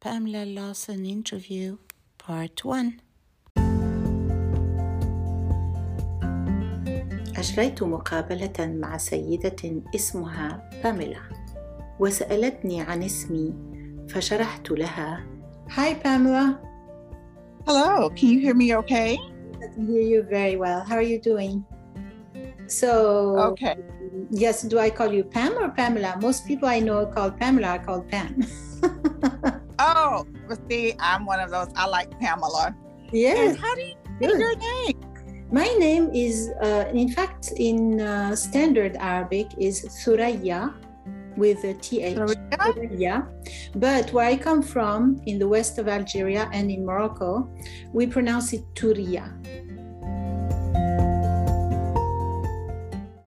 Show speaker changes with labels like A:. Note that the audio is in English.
A: Pamela Lawson interview, part one. أجريت مقابلة مع سيدة اسمها باميلا وسألتني عن اسمي فشرحت لها Hi Pamela,
B: Hello, can you hear me okay?
A: I can hear you very well. How are you doing? So,
B: Okay.
A: yes, do I call you Pam or Pamela? Most people I know call Pamela are called Pam.
B: Oh, but see, I'm one of those. I like Pamela. And
A: yes,
B: how do you say
A: good.
B: your name?
A: My name is, uh, in fact, in uh, standard Arabic is Suraya with a TH.
B: Suraya?
A: Suraya. But where I come from, in the west of Algeria and in Morocco, we pronounce it Turia.